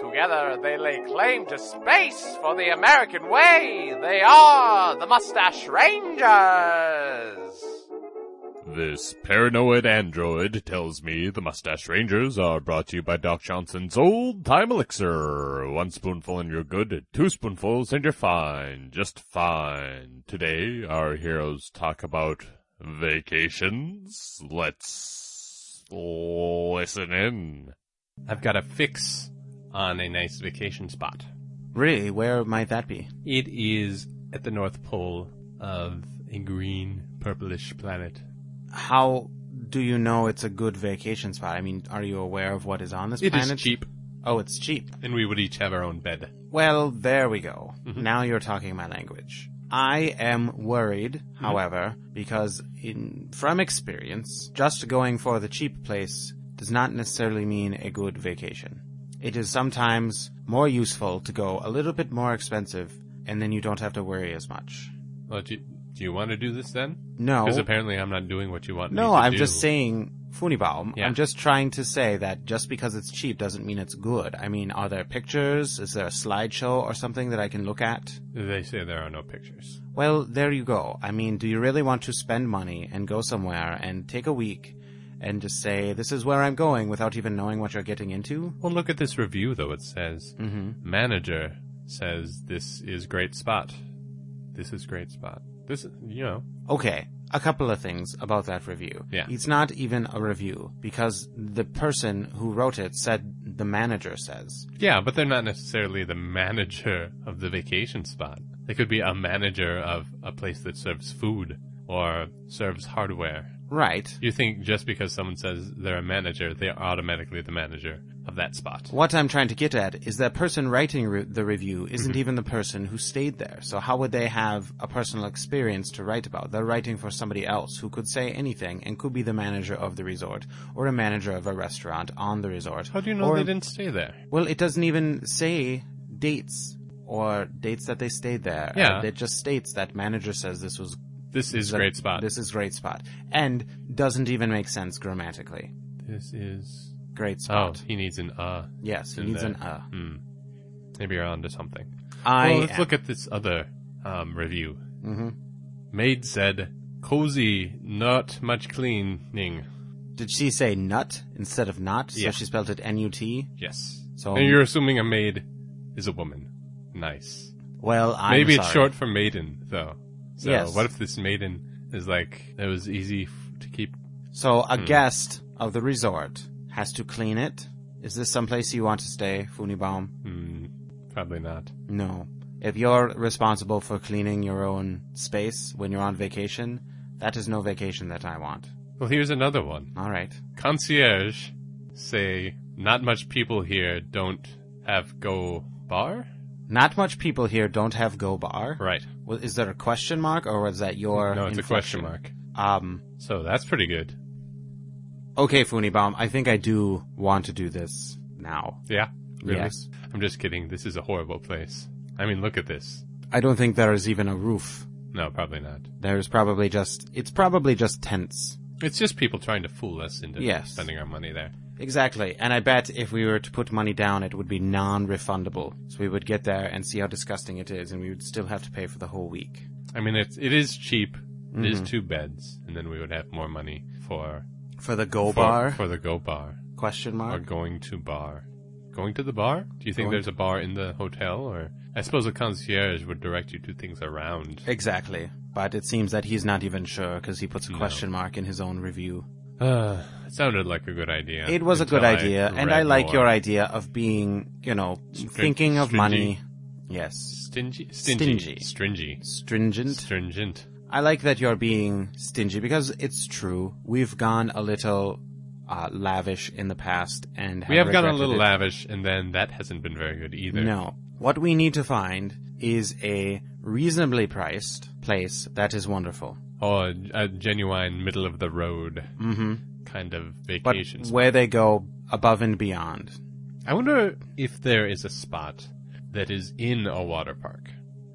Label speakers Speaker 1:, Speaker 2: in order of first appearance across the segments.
Speaker 1: Together they lay claim to space for the American way. They are the Mustache Rangers.
Speaker 2: This paranoid android tells me the Mustache Rangers are brought to you by Doc Johnson's Old Time Elixir. One spoonful and you're good, two spoonfuls and you're fine, just fine. Today, our heroes talk about vacations. Let's listen in.
Speaker 3: I've got a fix on a nice vacation spot.
Speaker 4: Really? Where might that be?
Speaker 3: It is at the North Pole of a green, purplish planet.
Speaker 4: How do you know it's a good vacation spot? I mean, are you aware of what is on this
Speaker 3: It is
Speaker 4: planet?
Speaker 3: cheap,
Speaker 4: Oh, it's cheap.
Speaker 3: and we would each have our own bed.
Speaker 4: Well, there we go.
Speaker 3: Mm-hmm.
Speaker 4: Now you're talking my language. I am worried,
Speaker 3: Mm-hmm.
Speaker 4: however, because in, from experience, just going for the cheap place does not necessarily mean a good vacation. It is sometimes more useful to go a little bit more expensive and then you don't have to worry as much.
Speaker 3: Well, do, do you want to do this then?
Speaker 4: No.
Speaker 3: Because apparently I'm not doing what you want me
Speaker 4: No,
Speaker 3: to
Speaker 4: I'm
Speaker 3: do.
Speaker 4: just saying Funibaum.
Speaker 3: Yeah.
Speaker 4: I'm just trying to say that just because it's cheap doesn't mean it's good. I mean, are there pictures? Is there a slideshow or something that I can look at?
Speaker 3: They say there are no pictures.
Speaker 4: Well, there you go. I mean, do you really want to spend money and go somewhere and take a week and just say, this is where I'm going without even knowing what you're getting into?
Speaker 3: Well, look at this review, though. It says,
Speaker 4: Mm-hmm.
Speaker 3: manager says this is great spot. This is great spot. This, is- you know,
Speaker 4: Okay, a couple of things about that review.
Speaker 3: Yeah.
Speaker 4: It's not even a review because the person who wrote it said the manager says.
Speaker 3: Yeah, but they're not necessarily the manager of the vacation spot. They could be a manager of a place that serves food or serves hardware.
Speaker 4: Right.
Speaker 3: You think just because someone says they're a manager, they're automatically the manager of that spot.
Speaker 4: What I'm trying to get at is that person writing re- the review isn't
Speaker 3: Mm-hmm.
Speaker 4: even the person who stayed there. So how would they have a personal experience to write about? They're writing for somebody else who could say anything and could be the manager of the resort or a manager of a restaurant on the resort.
Speaker 3: How do you know
Speaker 4: or-
Speaker 3: they didn't stay there?
Speaker 4: Well, it doesn't even say dates or dates that they stayed there.
Speaker 3: Yeah.
Speaker 4: Uh, It just states that manager says this was
Speaker 3: This is
Speaker 4: the-
Speaker 3: great spot. This,
Speaker 4: This is great spot and doesn't even make sense grammatically.
Speaker 3: is.
Speaker 4: Great
Speaker 3: Oh,
Speaker 4: spot.
Speaker 3: he needs an uh.
Speaker 4: yes, it
Speaker 3: in
Speaker 4: needs
Speaker 3: there.
Speaker 4: an uh.
Speaker 3: Hmm. Maybe you're onto something.
Speaker 4: I
Speaker 3: well, let's
Speaker 4: am-
Speaker 3: look at this other um, review.
Speaker 4: Mhm.
Speaker 3: Maid said, cozy, not much cleaning.
Speaker 4: Did she say nut instead of not? So
Speaker 3: Yeah.
Speaker 4: she spelled it N-U-T?
Speaker 3: Yes.
Speaker 4: So-
Speaker 3: and you're assuming a maid is a woman. Nice.
Speaker 4: Well, I'm
Speaker 3: Maybe it's
Speaker 4: sorry.
Speaker 3: short for maiden, though. So
Speaker 4: Yes.
Speaker 3: what if this maiden is like it was easy f- to keep?
Speaker 4: So a
Speaker 3: Hmm.
Speaker 4: guest of the resort has to clean it? Is this someplace you want to stay, Funibaum?
Speaker 3: Hmm, probably not.
Speaker 4: No. If you're responsible for cleaning your own space when you're on vacation, that is no vacation that I want.
Speaker 3: Well, here's another one.
Speaker 4: All right.
Speaker 3: Concierge say not much people here don't have go bar.
Speaker 4: Not much people here don't have go bar.
Speaker 3: Right.
Speaker 4: Well, is there a question mark or was that your
Speaker 3: no, it's
Speaker 4: inflection?
Speaker 3: a question mark.
Speaker 4: Um
Speaker 3: So that's pretty good.
Speaker 4: okay, Funibaum, I think I do want to do this now.
Speaker 3: Yeah. Really?
Speaker 4: Yes.
Speaker 3: I'm just kidding. This is a horrible place. I mean, look at this.
Speaker 4: I don't think there is even a roof.
Speaker 3: No, probably not.
Speaker 4: There's probably just it's probably just tents.
Speaker 3: It's just people trying to fool us into
Speaker 4: Yes.
Speaker 3: spending our money there.
Speaker 4: Exactly. And I bet if we were to put money down it would be non-refundable. So we would get there and see how disgusting it is and we would still have to pay for the whole week.
Speaker 3: I mean, it's it is cheap. It
Speaker 4: Mm-hmm.
Speaker 3: is two beds, and then we would have more money for
Speaker 4: For the go
Speaker 3: for,
Speaker 4: bar?
Speaker 3: for the go bar
Speaker 4: question
Speaker 3: or
Speaker 4: mark.
Speaker 3: going to bar. Going to the bar? Do you think
Speaker 4: Going
Speaker 3: there's a bar in the hotel, or I suppose a concierge would direct you to things around?
Speaker 4: Exactly. But it seems that he's not even sure because he puts a
Speaker 3: No.
Speaker 4: question mark in his own review.
Speaker 3: Uh, it sounded like a good idea.
Speaker 4: It was a good
Speaker 3: until I
Speaker 4: idea, and
Speaker 3: read
Speaker 4: I like
Speaker 3: more.
Speaker 4: your idea of being, you know, thinking of
Speaker 3: stringy.
Speaker 4: money. Yes.
Speaker 3: stingy, stingy,
Speaker 4: Stingy.
Speaker 3: stringy,
Speaker 4: Stringent.
Speaker 3: stringent.
Speaker 4: I like that you're being stingy because it's true. We've gone a little uh, lavish in the past, and
Speaker 3: We have gotten a
Speaker 4: regretted
Speaker 3: little
Speaker 4: it.
Speaker 3: lavish, and then that hasn't been very good either.
Speaker 4: No, what we need to find is a reasonably priced place that is wonderful.
Speaker 3: Or a, a genuine middle of the road
Speaker 4: hmm
Speaker 3: kind of
Speaker 4: But
Speaker 3: vacation spot.
Speaker 4: where they go above and beyond.
Speaker 3: I wonder if there is a spot that is in a water park.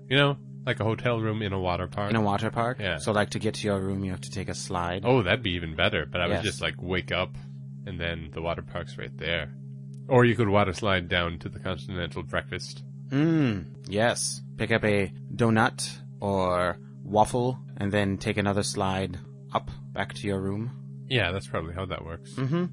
Speaker 3: You know, like a hotel room in a water park.
Speaker 4: In a water park?
Speaker 3: Yeah.
Speaker 4: So like to get to your room you have to take a slide.
Speaker 3: Oh, that'd be even better. But I would
Speaker 4: Yes.
Speaker 3: just like wake up and then the water park's right there. Or you could water slide down to the continental breakfast.
Speaker 4: Mm, yes. Pick up a donut or waffle and then take another slide up back to your room.
Speaker 3: Yeah, that's probably how that works.
Speaker 4: hmm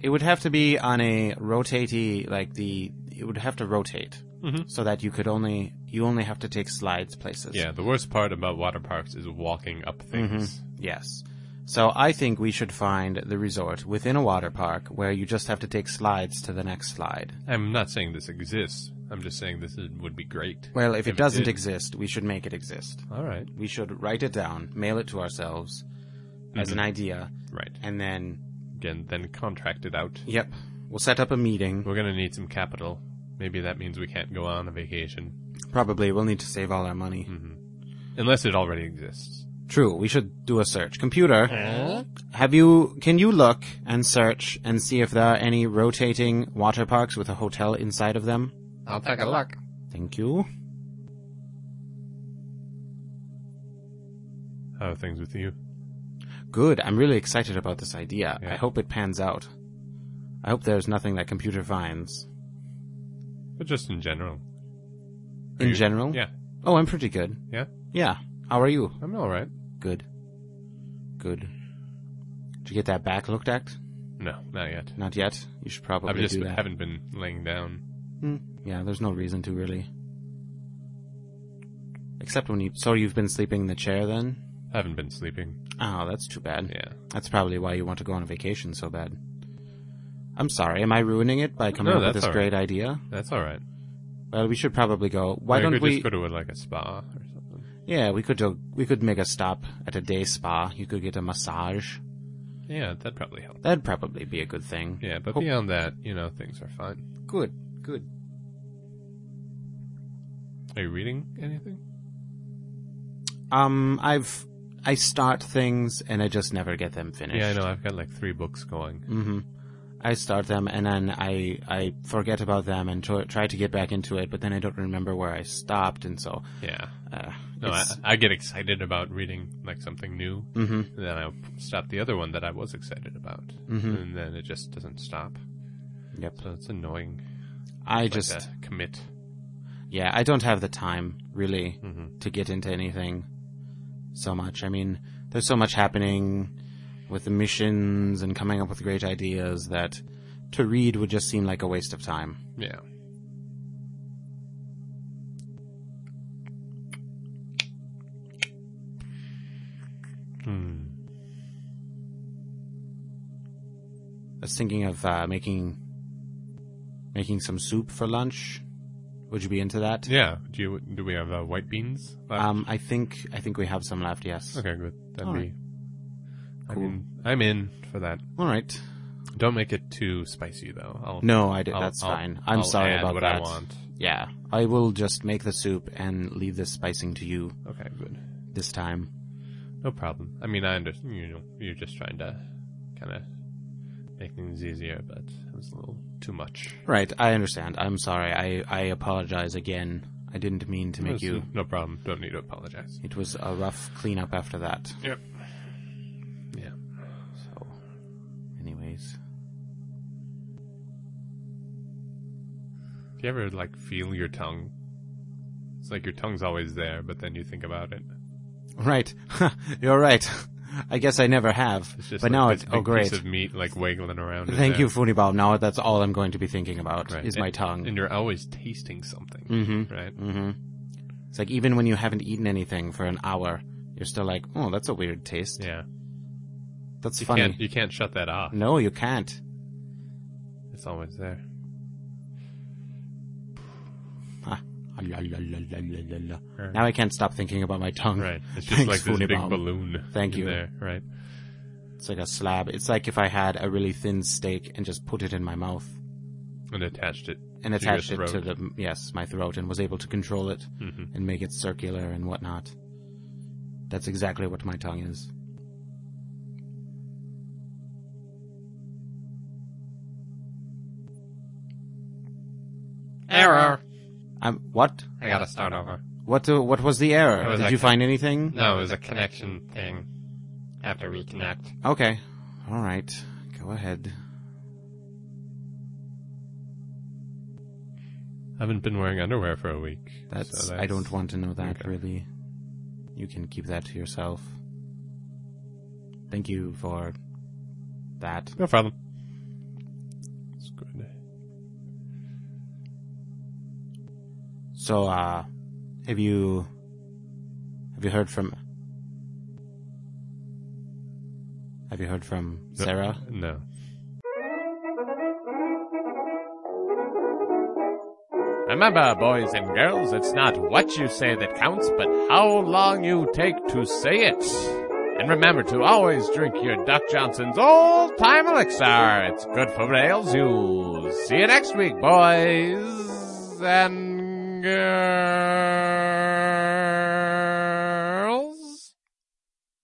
Speaker 4: It would have to be on a rotatey, like the, it would have to rotate
Speaker 3: Mhm.
Speaker 4: so that you could only, you only have to take slides places.
Speaker 3: Yeah, the worst part about water parks is walking up
Speaker 4: Mm-hmm.
Speaker 3: things.
Speaker 4: Yes. So I think we should find the resort within a water park where you just have to take slides to the next slide.
Speaker 3: I'm not saying this exists. I'm just saying this is, would be great.
Speaker 4: Well, if it
Speaker 3: If it
Speaker 4: doesn't
Speaker 3: did.
Speaker 4: exist, we should make it exist.
Speaker 3: All right.
Speaker 4: We should write it down, mail it to ourselves
Speaker 3: Mm-hmm.
Speaker 4: as an idea,
Speaker 3: Right.
Speaker 4: and then,
Speaker 3: Again, then contract it out.
Speaker 4: yep, we'll set up a meeting.
Speaker 3: We're going to need some capital. Maybe that means we can't go on a vacation.
Speaker 4: Probably we'll need to save all our money.
Speaker 3: Mm-hmm. Unless it already exists.
Speaker 4: True, we should do a search. Computer, have you, can you look and search and see if there are any rotating water parks with a hotel inside of them?
Speaker 3: I'll take a look.
Speaker 4: Thank you.
Speaker 3: How are things with you?
Speaker 4: Good. I'm really excited about this idea.
Speaker 3: Yeah.
Speaker 4: I hope it pans out. I hope there's nothing that computer finds.
Speaker 3: But just in general. Are
Speaker 4: In
Speaker 3: you-
Speaker 4: general?
Speaker 3: Yeah.
Speaker 4: Oh, I'm pretty good.
Speaker 3: Yeah.
Speaker 4: Yeah. How are you?
Speaker 3: I'm all right.
Speaker 4: Good. Good. Did you get that back looked at?
Speaker 3: No, not yet.
Speaker 4: Not yet. You should probably
Speaker 3: I've just
Speaker 4: do that.
Speaker 3: haven't been laying down.
Speaker 4: Hmm. Yeah, there's no reason to really. Except when you. So you've been sleeping in the chair then?
Speaker 3: haven't been sleeping.
Speaker 4: Oh, that's too bad.
Speaker 3: Yeah.
Speaker 4: That's probably why you want to go on a vacation so bad. I'm sorry. Am I ruining it by coming
Speaker 3: No,
Speaker 4: up with
Speaker 3: that's
Speaker 4: this
Speaker 3: all right.
Speaker 4: great idea?
Speaker 3: That's all right.
Speaker 4: Well, we should probably go. Why
Speaker 3: I
Speaker 4: don't
Speaker 3: could
Speaker 4: we?
Speaker 3: just go to a, like a spa or something.
Speaker 4: Yeah, we could do. We could make a stop at a day spa. You could get a massage.
Speaker 3: Yeah, that'd probably help.
Speaker 4: That'd probably be a good thing.
Speaker 3: Yeah, but
Speaker 4: Hope-
Speaker 3: beyond that, you know, things are fine.
Speaker 4: Good. Good.
Speaker 3: Are you reading anything?
Speaker 4: Um, I've I start things and I just never get them finished.
Speaker 3: Yeah, I know. I've got like three books going.
Speaker 4: hmm I start them and then I I forget about them and tr- try to get back into it, but then I don't remember where I stopped, and so
Speaker 3: Yeah.
Speaker 4: uh,
Speaker 3: No, I,
Speaker 4: it's-
Speaker 3: I get excited about reading like something new,
Speaker 4: Mhm.
Speaker 3: and then I stop the other one that I was excited about,
Speaker 4: Mhm.
Speaker 3: and then it just doesn't stop.
Speaker 4: Yep.
Speaker 3: So it's annoying.
Speaker 4: I
Speaker 3: Like
Speaker 4: just
Speaker 3: a commit.
Speaker 4: yeah, I don't have the time really
Speaker 3: Mhm.
Speaker 4: to get into anything so much. I mean, there's so much happening with the missions and coming up with great ideas that to read would just seem like a waste of time.
Speaker 3: Yeah. Hmm.
Speaker 4: I was thinking of uh, making making some soup for lunch. Would you be into that?
Speaker 3: Yeah. Do you do we have uh, white beans? left?
Speaker 4: Um, I think I think we have some left. Yes.
Speaker 3: okay, good. That'd
Speaker 4: all
Speaker 3: be.
Speaker 4: right.
Speaker 3: I mean, I'm in for that.
Speaker 4: All right.
Speaker 3: Don't make it too spicy though. I'll,
Speaker 4: No, I did.
Speaker 3: I'll-
Speaker 4: That's
Speaker 3: I'll-
Speaker 4: fine. I'm
Speaker 3: I'll
Speaker 4: sorry
Speaker 3: add
Speaker 4: about
Speaker 3: what
Speaker 4: that.
Speaker 3: I want.
Speaker 4: Yeah, I will just make the soup and leave the spicing to you
Speaker 3: Okay, good.
Speaker 4: this time.
Speaker 3: No problem. I mean, I understand. You know, you're just trying to kind of make things easier, but it was a little too much.
Speaker 4: Right, I understand. I'm sorry. I, I apologize again. I didn't mean to make
Speaker 3: It's
Speaker 4: you.
Speaker 3: No problem. Don't need to apologize.
Speaker 4: It was a rough cleanup after that.
Speaker 3: Yep. Yeah.
Speaker 4: So, anyways.
Speaker 3: Do you ever like feel your tongue? It's like your tongue's always there, but then you think about it.
Speaker 4: Right. You're right. I guess I never have.
Speaker 3: It's just
Speaker 4: But
Speaker 3: like
Speaker 4: now
Speaker 3: this
Speaker 4: it's. Oh,
Speaker 3: big
Speaker 4: great.
Speaker 3: piece of meat like wiggling around. in
Speaker 4: Thank
Speaker 3: there.
Speaker 4: you, Funibal. Now that's all I'm going to be thinking about
Speaker 3: Right.
Speaker 4: is my
Speaker 3: And-
Speaker 4: tongue.
Speaker 3: And you're always tasting something,
Speaker 4: Mhm.
Speaker 3: right?
Speaker 4: hmm It's like even when you haven't eaten anything for an hour, you're still like, oh, that's a weird taste.
Speaker 3: Yeah.
Speaker 4: That's
Speaker 3: You
Speaker 4: funny. Mm.
Speaker 3: can't you can't shut that off.
Speaker 4: No, you can't.
Speaker 3: It's always there.
Speaker 4: Ah, la, la, la, la, la, la, la. Now I can't stop thinking about my tongue.
Speaker 3: Right. It's just
Speaker 4: Mm. Thanks,
Speaker 3: like this big
Speaker 4: Funibal.
Speaker 3: balloon.
Speaker 4: Thank
Speaker 3: in
Speaker 4: you.
Speaker 3: There, right?
Speaker 4: It's like a slab. It's like if I had a really thin steak and just put it in my mouth
Speaker 3: And attached it
Speaker 4: and
Speaker 5: To your
Speaker 4: attached it to
Speaker 5: throat.
Speaker 4: the yes, my throat, and was able to control it
Speaker 3: Mm-hmm.
Speaker 5: Mhm.
Speaker 4: and make it circular and whatnot. That's exactly what my tongue is.
Speaker 5: Error.
Speaker 4: I'm Um, what?
Speaker 5: I gotta start over.
Speaker 4: What? Uh, what was the
Speaker 5: It
Speaker 4: error?
Speaker 5: was
Speaker 4: Did
Speaker 5: like
Speaker 4: you
Speaker 5: a-
Speaker 4: find anything?
Speaker 5: No, it was a connection thing. Have to reconnect.
Speaker 4: Okay. All right. Go ahead.
Speaker 5: Haven't been wearing underwear for a week.
Speaker 4: That's,
Speaker 5: so
Speaker 4: I don't want to know that
Speaker 5: Okay.
Speaker 4: really. You can keep that to yourself. Thank you for that.
Speaker 5: No problem. It's good.
Speaker 4: So, uh, have you have you heard from have you heard from
Speaker 5: No-
Speaker 4: Sarah?
Speaker 5: No.
Speaker 3: Remember, boys and girls, it's not what you say that counts, but how long you take to say it. And remember to always drink your Duck Johnson's Old Time Elixir. It's good for rails you. See you next week, boys and girls.